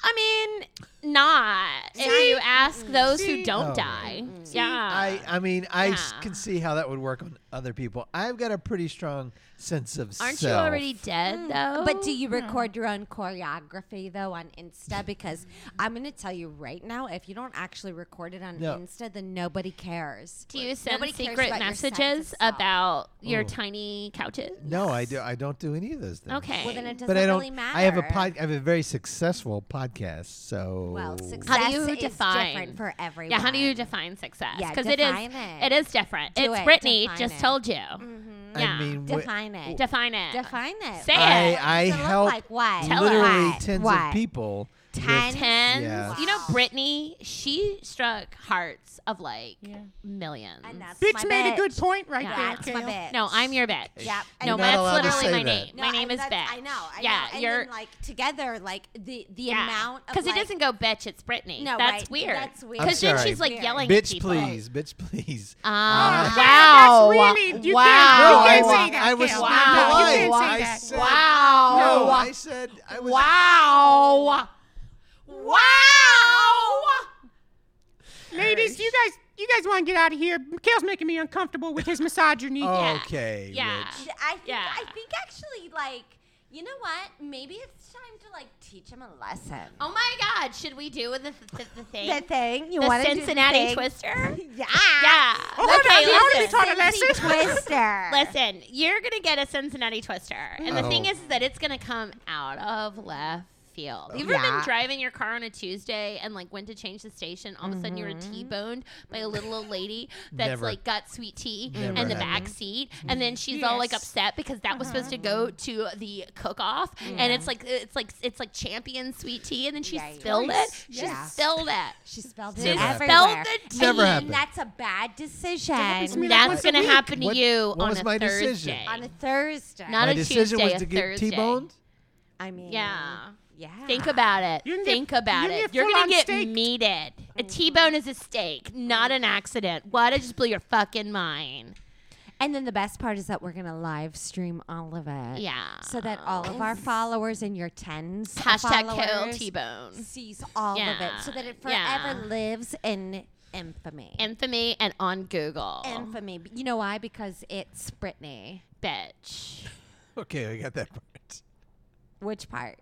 [SPEAKER 6] I mean, not if you ask those who don't
[SPEAKER 3] No.
[SPEAKER 6] die.
[SPEAKER 7] Mm.
[SPEAKER 6] Yeah.
[SPEAKER 3] I, I mean, I s-
[SPEAKER 6] Yeah.
[SPEAKER 3] can see how that would work on other people. I've got a pretty strong sense of
[SPEAKER 6] Aren't you
[SPEAKER 3] self.
[SPEAKER 6] already dead though?
[SPEAKER 7] But do you record your own choreography though on Insta? Because I'm gonna tell you right now, if you don't actually record it on
[SPEAKER 3] No.
[SPEAKER 7] Insta, then nobody cares.
[SPEAKER 6] do you send
[SPEAKER 7] Nobody cares
[SPEAKER 6] secret
[SPEAKER 7] about your sense of
[SPEAKER 6] messages
[SPEAKER 7] self.
[SPEAKER 6] about your
[SPEAKER 3] Ooh.
[SPEAKER 6] tiny couches?
[SPEAKER 3] Mm. No, I do. I don't do any of those things.
[SPEAKER 6] Okay.
[SPEAKER 7] Well, then it doesn't
[SPEAKER 3] but I don't.
[SPEAKER 7] really matter.
[SPEAKER 3] I have a pod. I have a very successful podcast. So
[SPEAKER 7] Well, success
[SPEAKER 6] How do you
[SPEAKER 7] is
[SPEAKER 6] define-
[SPEAKER 7] different for everyone.
[SPEAKER 6] Yeah, how do you define success?
[SPEAKER 7] Yeah,
[SPEAKER 6] Because it is
[SPEAKER 7] define it.
[SPEAKER 6] it is different.
[SPEAKER 7] Do
[SPEAKER 6] it's
[SPEAKER 7] it,
[SPEAKER 6] Brittany
[SPEAKER 7] define
[SPEAKER 6] just
[SPEAKER 7] it.
[SPEAKER 6] told you.
[SPEAKER 3] I
[SPEAKER 6] Yeah.
[SPEAKER 3] mean, wh-
[SPEAKER 7] define it?
[SPEAKER 6] Define it.
[SPEAKER 7] define it.
[SPEAKER 6] Say
[SPEAKER 3] I,
[SPEAKER 6] it.
[SPEAKER 3] I
[SPEAKER 7] Does it look
[SPEAKER 3] help
[SPEAKER 7] like what? Tell
[SPEAKER 6] her.
[SPEAKER 3] literally
[SPEAKER 7] What?
[SPEAKER 3] tens
[SPEAKER 7] What?
[SPEAKER 3] of people. with-
[SPEAKER 7] Ten?
[SPEAKER 6] Tens.
[SPEAKER 3] Yeah.
[SPEAKER 6] You know, Brittany, she struck hearts of like millions.
[SPEAKER 7] And that's
[SPEAKER 4] Bitch
[SPEAKER 7] my
[SPEAKER 4] made a good point right
[SPEAKER 6] Yeah.
[SPEAKER 4] there.
[SPEAKER 7] That's my
[SPEAKER 4] Kale.
[SPEAKER 7] bitch.
[SPEAKER 6] No, I'm your bitch.
[SPEAKER 7] Yep.
[SPEAKER 6] No,
[SPEAKER 3] You're not allowed
[SPEAKER 6] that's
[SPEAKER 3] to
[SPEAKER 6] literally my
[SPEAKER 3] say that.
[SPEAKER 6] name. my name is
[SPEAKER 7] that's-
[SPEAKER 6] bitch.
[SPEAKER 7] I know. I
[SPEAKER 6] yeah,
[SPEAKER 7] know. And
[SPEAKER 6] you're.
[SPEAKER 7] then, like together, like the the amount of
[SPEAKER 6] because
[SPEAKER 7] like,
[SPEAKER 6] it doesn't go bitch. It's Brittany.
[SPEAKER 7] No,
[SPEAKER 6] that's
[SPEAKER 7] right.
[SPEAKER 6] weird.
[SPEAKER 7] That's weird.
[SPEAKER 6] Because
[SPEAKER 3] I'm
[SPEAKER 6] then
[SPEAKER 3] sorry.
[SPEAKER 6] she's like
[SPEAKER 7] Weird.
[SPEAKER 6] yelling at
[SPEAKER 3] Bitch,
[SPEAKER 6] people.
[SPEAKER 3] please, bitch, please.
[SPEAKER 6] Ah,
[SPEAKER 4] Wow.
[SPEAKER 6] wow.
[SPEAKER 4] That's Uh, really- you
[SPEAKER 6] wow.
[SPEAKER 4] can't- you
[SPEAKER 3] I,
[SPEAKER 4] can't
[SPEAKER 3] wa-
[SPEAKER 4] say that,
[SPEAKER 3] I was
[SPEAKER 4] Kale.
[SPEAKER 3] not
[SPEAKER 6] Wow.
[SPEAKER 3] polite.
[SPEAKER 4] You
[SPEAKER 3] I
[SPEAKER 4] can't say that.
[SPEAKER 3] said,
[SPEAKER 7] Oh.
[SPEAKER 6] wow.
[SPEAKER 3] No, I said I was.
[SPEAKER 6] Wow. Wow.
[SPEAKER 4] Ladies, you guys, you guys want to get out of here? Kale's making me uncomfortable with his misogyny.
[SPEAKER 3] Oh.
[SPEAKER 6] Yeah.
[SPEAKER 3] Okay.
[SPEAKER 6] Yeah.
[SPEAKER 3] Rich.
[SPEAKER 7] I think,
[SPEAKER 6] Yeah.
[SPEAKER 7] I think actually, like, you know what? Maybe it's time to like teach him a lesson.
[SPEAKER 6] Oh my God. Should we do the, the, the thing?
[SPEAKER 7] The thing you
[SPEAKER 6] The
[SPEAKER 7] want to
[SPEAKER 6] Cincinnati
[SPEAKER 7] do the thing?
[SPEAKER 6] Twister?
[SPEAKER 7] Yeah.
[SPEAKER 6] Yeah.
[SPEAKER 4] Oh, hold on, you already
[SPEAKER 6] listen.
[SPEAKER 4] taught a lesson.
[SPEAKER 7] Twister.
[SPEAKER 6] Listen, you're gonna get a Cincinnati Twister, and the thing
[SPEAKER 3] Oh.
[SPEAKER 6] is that it's gonna come out of left field. You've ever been
[SPEAKER 7] Yeah.
[SPEAKER 6] driving your car on a Tuesday and like went to change the station, all of a sudden you were T-boned by a little old lady that's
[SPEAKER 3] Mm-hmm. Never.
[SPEAKER 6] like got sweet tea
[SPEAKER 3] Never
[SPEAKER 6] in the back
[SPEAKER 3] happened.
[SPEAKER 6] seat, and then she's all like
[SPEAKER 4] Yes.
[SPEAKER 6] upset because that was supposed to
[SPEAKER 7] Uh-huh.
[SPEAKER 6] go to the cook-off, and it's like it's like it's like champion sweet tea, and then she
[SPEAKER 7] Yikes.
[SPEAKER 6] spilled it. She
[SPEAKER 7] Yeah.
[SPEAKER 6] spilled it.
[SPEAKER 7] She spelled it
[SPEAKER 6] She
[SPEAKER 3] Never happened.
[SPEAKER 6] spilled
[SPEAKER 7] everywhere.
[SPEAKER 6] the tea.
[SPEAKER 3] Never happened.
[SPEAKER 7] And that's a bad decision.
[SPEAKER 4] happens to me like
[SPEAKER 6] That's
[SPEAKER 4] once a
[SPEAKER 6] gonna
[SPEAKER 4] week.
[SPEAKER 6] happen to
[SPEAKER 3] What-
[SPEAKER 6] you
[SPEAKER 3] what
[SPEAKER 6] on
[SPEAKER 3] was
[SPEAKER 6] a
[SPEAKER 3] my
[SPEAKER 6] Thursday.
[SPEAKER 3] decision?
[SPEAKER 7] on a Thursday.
[SPEAKER 6] Not
[SPEAKER 3] My
[SPEAKER 6] a
[SPEAKER 3] decision
[SPEAKER 6] Tuesday,
[SPEAKER 3] was to
[SPEAKER 6] a
[SPEAKER 3] get
[SPEAKER 6] Thursday.
[SPEAKER 3] T-boned.
[SPEAKER 7] I mean,
[SPEAKER 6] Yeah.
[SPEAKER 7] yeah.
[SPEAKER 6] Think about it.
[SPEAKER 4] You can get-
[SPEAKER 6] Think about
[SPEAKER 4] you can
[SPEAKER 6] it.
[SPEAKER 4] get
[SPEAKER 6] You're gonna
[SPEAKER 4] full-on
[SPEAKER 6] get
[SPEAKER 4] steaked.
[SPEAKER 6] meated.
[SPEAKER 4] Mm-hmm.
[SPEAKER 6] A T-bone is a steak, not an accident. Why did I just blow your fucking mind?
[SPEAKER 7] And then the best part is that we're gonna live stream all of it.
[SPEAKER 6] Yeah.
[SPEAKER 7] So that all of our followers and your tens of
[SPEAKER 6] Hashtag kill
[SPEAKER 7] followers
[SPEAKER 6] T-bone.
[SPEAKER 7] sees all of
[SPEAKER 6] Yeah,
[SPEAKER 7] it, so that it
[SPEAKER 6] yeah.
[SPEAKER 7] forever lives in infamy.
[SPEAKER 6] Infamy and on Google.
[SPEAKER 7] infamy. B- You know why? Because it's Britney.
[SPEAKER 6] Bitch.
[SPEAKER 3] Okay, I got that part.
[SPEAKER 7] Which part?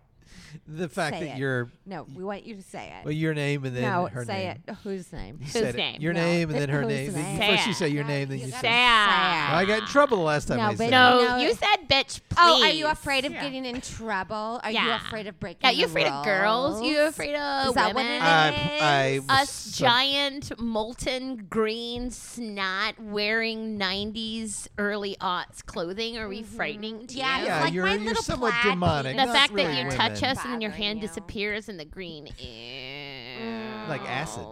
[SPEAKER 3] The fact
[SPEAKER 7] Say
[SPEAKER 3] that
[SPEAKER 7] it.
[SPEAKER 3] you're
[SPEAKER 7] No, we want you to say it.
[SPEAKER 3] well, your name and then
[SPEAKER 7] no,
[SPEAKER 3] her
[SPEAKER 7] say
[SPEAKER 3] name.
[SPEAKER 7] it. Whose name?
[SPEAKER 3] You
[SPEAKER 6] Whose
[SPEAKER 3] said it.
[SPEAKER 6] name?
[SPEAKER 3] Your
[SPEAKER 7] No.
[SPEAKER 3] name and then her
[SPEAKER 7] Whose
[SPEAKER 3] name. Then you-
[SPEAKER 7] name?
[SPEAKER 3] First you
[SPEAKER 6] Say
[SPEAKER 3] say your
[SPEAKER 7] No,
[SPEAKER 3] name, then
[SPEAKER 7] you
[SPEAKER 3] you
[SPEAKER 7] gotta
[SPEAKER 3] say.
[SPEAKER 6] Say
[SPEAKER 7] it.
[SPEAKER 3] Well, I got in trouble the last time
[SPEAKER 7] No,
[SPEAKER 3] I
[SPEAKER 7] but
[SPEAKER 3] said.
[SPEAKER 7] no.
[SPEAKER 3] it.
[SPEAKER 6] No, you said bitch. Please.
[SPEAKER 7] Oh, are you afraid of
[SPEAKER 4] Yeah.
[SPEAKER 7] getting in trouble? Are you
[SPEAKER 6] Yeah.
[SPEAKER 7] afraid of breaking?
[SPEAKER 6] Yeah, you
[SPEAKER 7] the
[SPEAKER 6] afraid of girls? You
[SPEAKER 7] rules?
[SPEAKER 6] afraid of
[SPEAKER 7] Is that what
[SPEAKER 6] women?
[SPEAKER 7] it is?
[SPEAKER 3] Uh,
[SPEAKER 4] Uh,
[SPEAKER 3] I, I was
[SPEAKER 6] Us
[SPEAKER 3] so-
[SPEAKER 6] giant, molten green, snot wearing 90s, early aughts clothing. Are we frightening to
[SPEAKER 7] Mm-hmm. Yeah,
[SPEAKER 6] you?
[SPEAKER 7] it's
[SPEAKER 3] Yeah,
[SPEAKER 7] like
[SPEAKER 3] you're-
[SPEAKER 7] my
[SPEAKER 3] you're
[SPEAKER 7] little
[SPEAKER 3] somewhat
[SPEAKER 7] plaid
[SPEAKER 3] demonic,
[SPEAKER 7] penis
[SPEAKER 6] The
[SPEAKER 3] Not
[SPEAKER 6] fact
[SPEAKER 3] really
[SPEAKER 6] that you
[SPEAKER 3] women.
[SPEAKER 6] touch us and then your
[SPEAKER 7] Bothering
[SPEAKER 6] hand
[SPEAKER 7] you.
[SPEAKER 6] disappears in the green.
[SPEAKER 3] Like acid.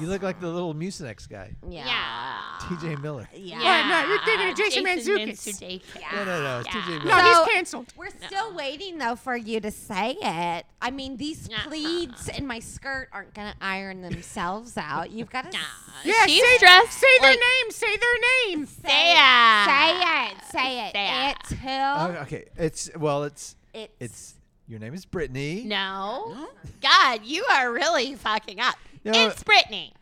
[SPEAKER 3] You look like the little Mucinex guy.
[SPEAKER 6] Yeah.
[SPEAKER 7] Yeah.
[SPEAKER 3] TJ Miller.
[SPEAKER 6] Ah, Yeah.
[SPEAKER 4] no, you're thinking of Jason Mantzoukas.
[SPEAKER 6] Mantzoukas.
[SPEAKER 3] No, no, no. It's TJ
[SPEAKER 4] No,
[SPEAKER 3] Miller.
[SPEAKER 7] So-
[SPEAKER 4] he's canceled.
[SPEAKER 7] We're still waiting though for you to say it. I mean, these pleats in my skirt aren't gonna iron themselves out. You've got to
[SPEAKER 6] Nah.
[SPEAKER 4] Yeah,
[SPEAKER 6] She's
[SPEAKER 4] say,
[SPEAKER 6] dressed
[SPEAKER 4] say their
[SPEAKER 6] like-
[SPEAKER 4] name. Say their name.
[SPEAKER 6] Say it.
[SPEAKER 7] say it, say it.
[SPEAKER 6] Say it.
[SPEAKER 7] It's who?
[SPEAKER 3] Oh, okay. It's well. It's
[SPEAKER 7] It's,
[SPEAKER 3] it's your name is Brittany.
[SPEAKER 6] No. God, you are really fucking up.
[SPEAKER 3] Yeah.
[SPEAKER 6] It's Brittany.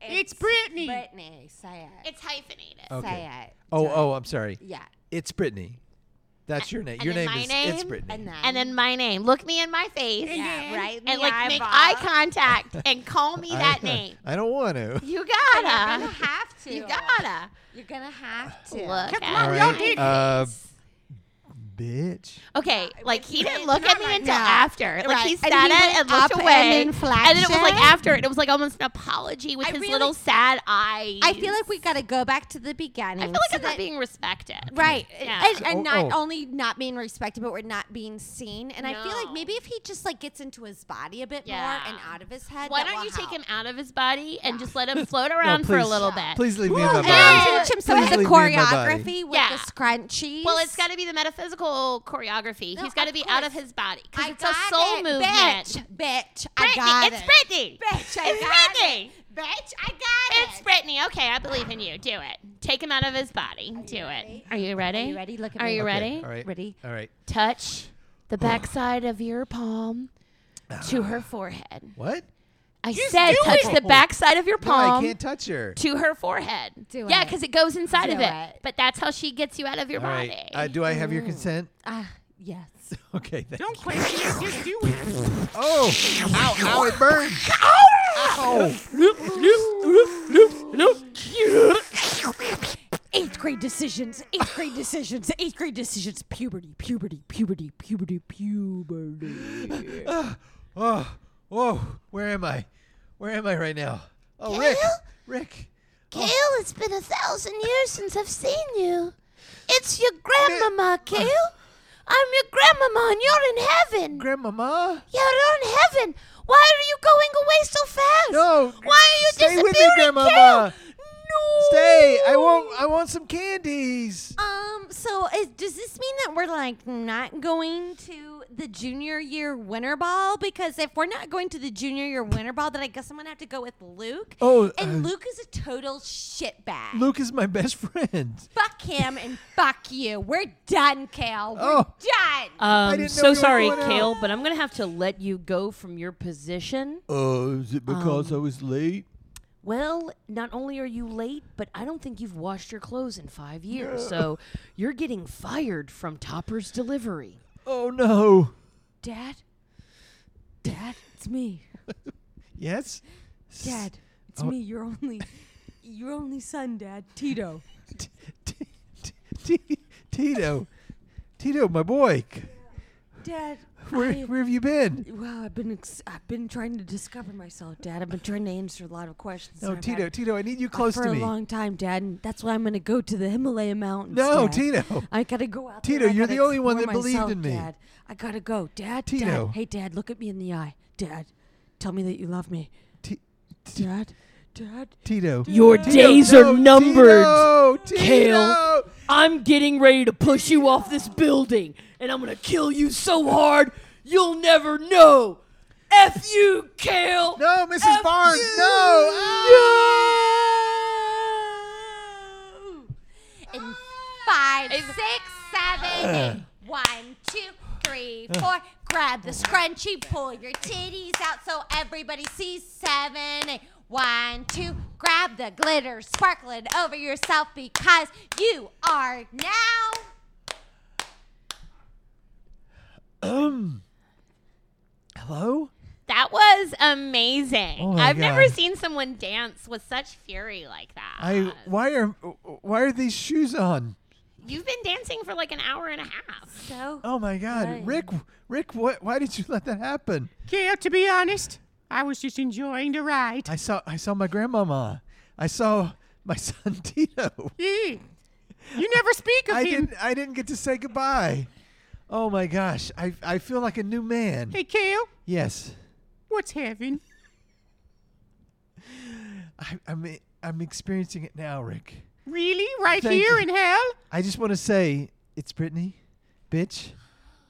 [SPEAKER 4] It's Brittany.
[SPEAKER 7] Brittany, say it.
[SPEAKER 6] It's hyphenated.
[SPEAKER 3] Okay.
[SPEAKER 7] Say it.
[SPEAKER 3] Oh,
[SPEAKER 7] Do
[SPEAKER 3] oh, I'm sorry.
[SPEAKER 7] it. yeah.
[SPEAKER 3] It's Brittany. That's your name.
[SPEAKER 6] and
[SPEAKER 3] Your
[SPEAKER 6] then
[SPEAKER 3] name
[SPEAKER 6] my
[SPEAKER 3] is it's
[SPEAKER 6] name,
[SPEAKER 3] Brittany.
[SPEAKER 7] And then,
[SPEAKER 6] And then my name. Look me in my face.
[SPEAKER 7] yeah, right.
[SPEAKER 6] And like make eye contact and call me that name.
[SPEAKER 3] I don't want to.
[SPEAKER 6] You
[SPEAKER 7] You're gonna
[SPEAKER 6] gotta.
[SPEAKER 7] have to.
[SPEAKER 6] You gotta.
[SPEAKER 7] You're gonna have to.
[SPEAKER 6] Look.
[SPEAKER 4] Come
[SPEAKER 6] at
[SPEAKER 4] on,
[SPEAKER 3] All
[SPEAKER 4] we
[SPEAKER 6] me.
[SPEAKER 4] all
[SPEAKER 3] right.
[SPEAKER 4] did.
[SPEAKER 3] Uh, bitch.
[SPEAKER 6] Okay, like he didn't look
[SPEAKER 7] not
[SPEAKER 6] at me
[SPEAKER 7] like-
[SPEAKER 6] until
[SPEAKER 7] no.
[SPEAKER 6] after. Like
[SPEAKER 7] Right.
[SPEAKER 6] he
[SPEAKER 7] And
[SPEAKER 6] sat
[SPEAKER 7] he
[SPEAKER 6] at
[SPEAKER 7] went
[SPEAKER 6] it and looked
[SPEAKER 7] up and
[SPEAKER 6] away,
[SPEAKER 7] then
[SPEAKER 6] and then it was like
[SPEAKER 7] flashed it.
[SPEAKER 6] after it, it was like almost an apology with
[SPEAKER 7] I
[SPEAKER 6] his
[SPEAKER 7] really-
[SPEAKER 6] little sad eye.
[SPEAKER 7] I feel like we gotta go back to the beginning.
[SPEAKER 6] I feel like
[SPEAKER 7] so
[SPEAKER 6] I'm not
[SPEAKER 7] that-
[SPEAKER 6] being respected.
[SPEAKER 7] Right.
[SPEAKER 6] Yeah.
[SPEAKER 7] And, and
[SPEAKER 3] Oh,
[SPEAKER 7] not
[SPEAKER 3] oh.
[SPEAKER 7] only not being respected, but we're not being seen. And I feel like
[SPEAKER 6] No.
[SPEAKER 7] maybe if he just like gets into his body a bit
[SPEAKER 6] Yeah.
[SPEAKER 7] more and out of his head.
[SPEAKER 6] Why
[SPEAKER 7] that
[SPEAKER 6] don't
[SPEAKER 7] will
[SPEAKER 6] you take
[SPEAKER 7] help.
[SPEAKER 6] him out of his body and just let him float around
[SPEAKER 3] no, please,
[SPEAKER 6] for a little bit?
[SPEAKER 3] Please leave me in my
[SPEAKER 7] And
[SPEAKER 3] body.
[SPEAKER 7] I'll teach him some of
[SPEAKER 3] Please
[SPEAKER 7] the
[SPEAKER 3] leave me in my body.
[SPEAKER 7] choreography with
[SPEAKER 6] Yeah.
[SPEAKER 7] the scrunchies.
[SPEAKER 6] Well, it's got to be the metaphysical choreography.
[SPEAKER 7] No,
[SPEAKER 6] He's got to
[SPEAKER 7] of
[SPEAKER 6] be out of
[SPEAKER 7] course.
[SPEAKER 6] his body because
[SPEAKER 7] I
[SPEAKER 6] it's a
[SPEAKER 7] got
[SPEAKER 6] soul
[SPEAKER 7] it.
[SPEAKER 6] movement.
[SPEAKER 7] Bitch, bitch, I
[SPEAKER 6] Brittany,
[SPEAKER 7] got
[SPEAKER 6] it's
[SPEAKER 7] it.
[SPEAKER 6] Brittany.
[SPEAKER 7] Bitch, I
[SPEAKER 6] it's
[SPEAKER 7] got
[SPEAKER 6] Brittany.
[SPEAKER 7] Bitch, I got
[SPEAKER 6] It's
[SPEAKER 7] it.
[SPEAKER 6] Brittany. Okay, I believe in you. Do it. Take him out of his body. Do it. Are you ready?
[SPEAKER 7] Are you ready? Look at
[SPEAKER 6] Are
[SPEAKER 7] me.
[SPEAKER 6] you
[SPEAKER 7] Okay.
[SPEAKER 6] ready?
[SPEAKER 3] All right.
[SPEAKER 7] Ready?
[SPEAKER 3] All right.
[SPEAKER 6] Touch the backside of your palm to her forehead.
[SPEAKER 3] What?
[SPEAKER 6] I
[SPEAKER 4] Just
[SPEAKER 6] said
[SPEAKER 4] do
[SPEAKER 6] touch
[SPEAKER 4] it.
[SPEAKER 6] the backside of your
[SPEAKER 3] No, I
[SPEAKER 6] palm
[SPEAKER 3] can't touch her.
[SPEAKER 6] to her forehead.
[SPEAKER 7] Do
[SPEAKER 6] Yeah,
[SPEAKER 7] it.
[SPEAKER 6] because it goes inside of
[SPEAKER 7] Do
[SPEAKER 6] it.
[SPEAKER 7] it.
[SPEAKER 6] But that's how she gets you out of your
[SPEAKER 3] All
[SPEAKER 6] body.
[SPEAKER 3] right. Uh, do I have your consent?
[SPEAKER 7] Ah, yes.
[SPEAKER 3] Okay. Thank
[SPEAKER 4] Don't question it. Just do it.
[SPEAKER 3] Oh, ow, ow, it burned. Ow.
[SPEAKER 7] Eighth grade decisions. Eighth grade decisions. Eighth grade decisions. Puberty. Puberty. Puberty. Puberty. Puberty.
[SPEAKER 3] Oh, whoa. Where am I? Where am I right now? Oh, Rick. Rick.
[SPEAKER 6] Kale, it's been a thousand years since I've seen you. It's your grandmama, Kale. I'm your grandmama, and you're in heaven.
[SPEAKER 3] Grandmama?
[SPEAKER 6] You're in heaven. Why are you going away so fast?
[SPEAKER 3] No.
[SPEAKER 6] Why are you
[SPEAKER 3] Stay with me,
[SPEAKER 6] disappearing,
[SPEAKER 3] Grandmama.
[SPEAKER 6] Kale?
[SPEAKER 3] Stay. I want. I want some candies.
[SPEAKER 7] Um, so is, does this mean that we're like not going to the junior year winter ball? Because if we're not going to the junior year winter ball, then I guess I'm gonna have to go with Luke.
[SPEAKER 3] Oh,
[SPEAKER 7] and
[SPEAKER 3] uh,
[SPEAKER 7] Luke is a total shitbag.
[SPEAKER 3] Luke is my best friend.
[SPEAKER 7] fuck him and fuck you. We're done, Kale. We're
[SPEAKER 3] Oh.
[SPEAKER 7] done.
[SPEAKER 3] I
[SPEAKER 8] Um,
[SPEAKER 3] didn't know
[SPEAKER 8] so
[SPEAKER 3] you were
[SPEAKER 8] sorry,
[SPEAKER 3] going out.
[SPEAKER 8] Kale, but I'm gonna have to let you go from your position.
[SPEAKER 3] Oh, is it because
[SPEAKER 8] um,
[SPEAKER 3] I was late?
[SPEAKER 8] Well, not only are you late, but I don't think you've washed your clothes in five years, so you're getting fired from Topper's Delivery.
[SPEAKER 3] Oh no.
[SPEAKER 8] Dad, Dad, it's me.
[SPEAKER 3] Yes.
[SPEAKER 8] Dad, it's
[SPEAKER 3] Oh.
[SPEAKER 8] me. Your only, your only son, Dad, Tito.
[SPEAKER 3] T- T- T- Tito, Tito, my boy, c-
[SPEAKER 8] Dad,
[SPEAKER 3] where
[SPEAKER 8] I-
[SPEAKER 3] where have you been?
[SPEAKER 8] Well, I've been ex- I've been trying to discover myself, Dad. I've been trying to answer a lot of questions.
[SPEAKER 3] No,
[SPEAKER 8] I've
[SPEAKER 3] Tito,
[SPEAKER 8] had,
[SPEAKER 3] Tito, I need you
[SPEAKER 8] uh,
[SPEAKER 3] close
[SPEAKER 8] for
[SPEAKER 3] to
[SPEAKER 8] a
[SPEAKER 3] me.
[SPEAKER 8] long time, Dad, and that's why I'm going to go to the Himalaya mountains.
[SPEAKER 3] No,
[SPEAKER 8] Dad.
[SPEAKER 3] Tito.
[SPEAKER 8] I gotta go out.
[SPEAKER 3] Tito,
[SPEAKER 8] there. and I
[SPEAKER 3] you're
[SPEAKER 8] gotta
[SPEAKER 3] the only one
[SPEAKER 8] explore
[SPEAKER 3] that believed
[SPEAKER 8] myself,
[SPEAKER 3] in me.
[SPEAKER 8] Dad, I gotta go, Dad.
[SPEAKER 3] Tito.
[SPEAKER 8] Dad, hey, Dad, look at me in the eye, Dad. Tell me that you love me,
[SPEAKER 3] T- T-
[SPEAKER 8] Dad. Dad.
[SPEAKER 3] Tito,
[SPEAKER 8] Your
[SPEAKER 3] Tito,
[SPEAKER 8] days
[SPEAKER 3] no,
[SPEAKER 8] are numbered,
[SPEAKER 3] Tito,
[SPEAKER 8] Kale.
[SPEAKER 3] Tito.
[SPEAKER 8] I'm getting ready to push you off this building, and I'm gonna kill you so hard you'll never know. F you, Kale.
[SPEAKER 3] No, Mrs.
[SPEAKER 8] F
[SPEAKER 3] Barnes,
[SPEAKER 8] you.
[SPEAKER 3] no. Ah.
[SPEAKER 7] In five, six, seven,
[SPEAKER 3] Uh.
[SPEAKER 7] eight. One, two, three, four. Grab the scrunchie, pull your titties out so everybody sees. Seven, eight. One, two. Grab the glitter, sparkle it over yourself because you are now.
[SPEAKER 3] Hello.
[SPEAKER 6] That was amazing.
[SPEAKER 3] Oh my
[SPEAKER 6] I've never
[SPEAKER 3] God.
[SPEAKER 6] seen someone dance with such fury like that.
[SPEAKER 3] I why are why are these shoes on?
[SPEAKER 6] You've been dancing for like an hour and a half.
[SPEAKER 7] So
[SPEAKER 3] Oh my God, Rick, Rick, what? Why did you let that happen?
[SPEAKER 4] Kale, to be honest, I was just enjoying the ride.
[SPEAKER 3] I saw I saw my grandmama. I saw my son Tito.
[SPEAKER 4] Yeah. You never speak of
[SPEAKER 3] I
[SPEAKER 4] him.
[SPEAKER 3] didn't I didn't get to say goodbye. Oh my gosh, I I feel like a new man.
[SPEAKER 4] Hey, Kale,
[SPEAKER 3] Yes,
[SPEAKER 4] what's heaven?
[SPEAKER 3] I, I'm i- I'm experiencing it now, Rick.
[SPEAKER 4] Really? Right
[SPEAKER 3] Thank
[SPEAKER 4] here
[SPEAKER 3] you.
[SPEAKER 4] in hell?
[SPEAKER 3] I just want to say, it's Brittany, bitch.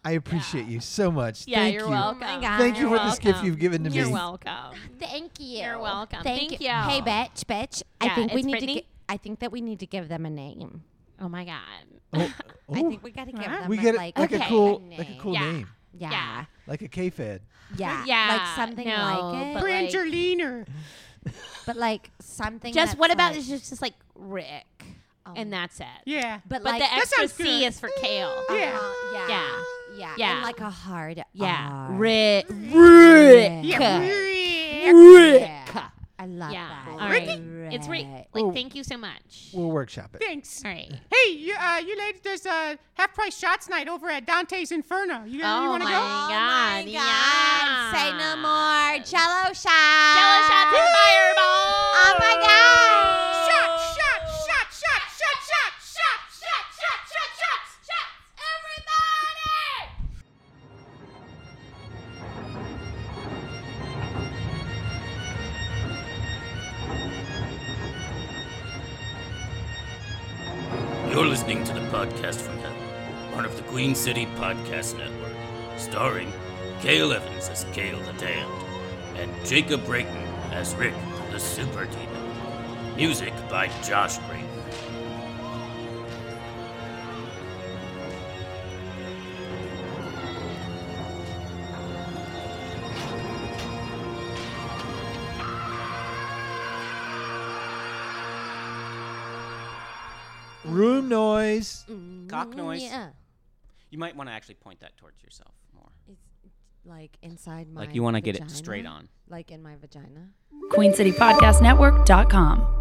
[SPEAKER 3] I appreciate you so much.
[SPEAKER 8] Yeah,
[SPEAKER 3] Thank
[SPEAKER 8] you're
[SPEAKER 3] you.
[SPEAKER 8] welcome.
[SPEAKER 6] my God.
[SPEAKER 3] Thank you
[SPEAKER 8] You're
[SPEAKER 3] for this gift
[SPEAKER 8] welcome.
[SPEAKER 3] you've given to
[SPEAKER 8] You're
[SPEAKER 3] me.
[SPEAKER 8] welcome.
[SPEAKER 6] Thank you.
[SPEAKER 8] You're welcome. Thank you.
[SPEAKER 6] Hey, bitch, bitch. I
[SPEAKER 8] Yeah,
[SPEAKER 6] think we
[SPEAKER 8] it's
[SPEAKER 6] need
[SPEAKER 8] Brittany?
[SPEAKER 6] to. Gi- I think that we need to give them a name.
[SPEAKER 8] Oh my god.
[SPEAKER 3] Oh,
[SPEAKER 6] I
[SPEAKER 3] oh,
[SPEAKER 6] think we gotta give them
[SPEAKER 3] we
[SPEAKER 6] a,
[SPEAKER 3] get it
[SPEAKER 6] like,
[SPEAKER 3] like
[SPEAKER 6] okay,
[SPEAKER 3] a cool,
[SPEAKER 6] name.
[SPEAKER 3] like a cool
[SPEAKER 8] Yeah.
[SPEAKER 3] name,
[SPEAKER 6] yeah,
[SPEAKER 3] like a K-Fed.
[SPEAKER 6] yeah,
[SPEAKER 8] Yeah,
[SPEAKER 6] like something
[SPEAKER 8] no,
[SPEAKER 6] like it,
[SPEAKER 8] but
[SPEAKER 6] but,
[SPEAKER 4] Brangelina.
[SPEAKER 8] like-
[SPEAKER 6] like something.
[SPEAKER 8] Just
[SPEAKER 6] that's
[SPEAKER 8] what about
[SPEAKER 6] like, Oh.
[SPEAKER 8] it's just just like Rick, and that's it.
[SPEAKER 4] Yeah.
[SPEAKER 6] But,
[SPEAKER 8] But
[SPEAKER 6] like
[SPEAKER 8] the extra
[SPEAKER 4] sounds
[SPEAKER 8] C
[SPEAKER 4] good.
[SPEAKER 8] is for kale.
[SPEAKER 6] uh,
[SPEAKER 4] Yeah.
[SPEAKER 6] yeah,
[SPEAKER 8] Yeah.
[SPEAKER 6] yeah,
[SPEAKER 8] Yeah.
[SPEAKER 6] and like a hard
[SPEAKER 8] Yeah,
[SPEAKER 6] R.
[SPEAKER 8] Rick. Rick.
[SPEAKER 4] Yeah.
[SPEAKER 8] Rick.
[SPEAKER 6] Yeah. I love
[SPEAKER 8] Yeah.
[SPEAKER 6] that.
[SPEAKER 8] All right. It's Rick. Like, thank you so much.
[SPEAKER 3] We'll workshop it.
[SPEAKER 4] Thanks.
[SPEAKER 8] All right.
[SPEAKER 4] Hey, you, uh, you ladies, there's uh, half price shots night over at Dante's Inferno. You, you
[SPEAKER 8] Oh
[SPEAKER 4] want to
[SPEAKER 8] my
[SPEAKER 4] go?
[SPEAKER 8] god.
[SPEAKER 6] God,
[SPEAKER 8] Yeah.
[SPEAKER 6] Say no more. Jello shots.
[SPEAKER 8] Jello shots and fireball.
[SPEAKER 6] Oh my God.
[SPEAKER 4] Shot, shot, shot, shot, shot, shot, shot, shot, shot, shot, shot, shot.
[SPEAKER 6] Everybody!
[SPEAKER 5] You're listening to the podcast from Hell, part of the Queen City Podcast Network, starring Cale Evans as Cale the Damned and Jacob Brayton as Rick the Super Demon. Music by Josh Brayton.
[SPEAKER 3] Room noise.
[SPEAKER 5] Cock noise.
[SPEAKER 6] Yeah.
[SPEAKER 5] You might want to actually point that towards yourself more.
[SPEAKER 6] Like inside my
[SPEAKER 5] Like you want to get it
[SPEAKER 6] vagina?
[SPEAKER 5] straight on.
[SPEAKER 6] Like in my vagina.
[SPEAKER 1] QueenCityPodcastNetwork.com.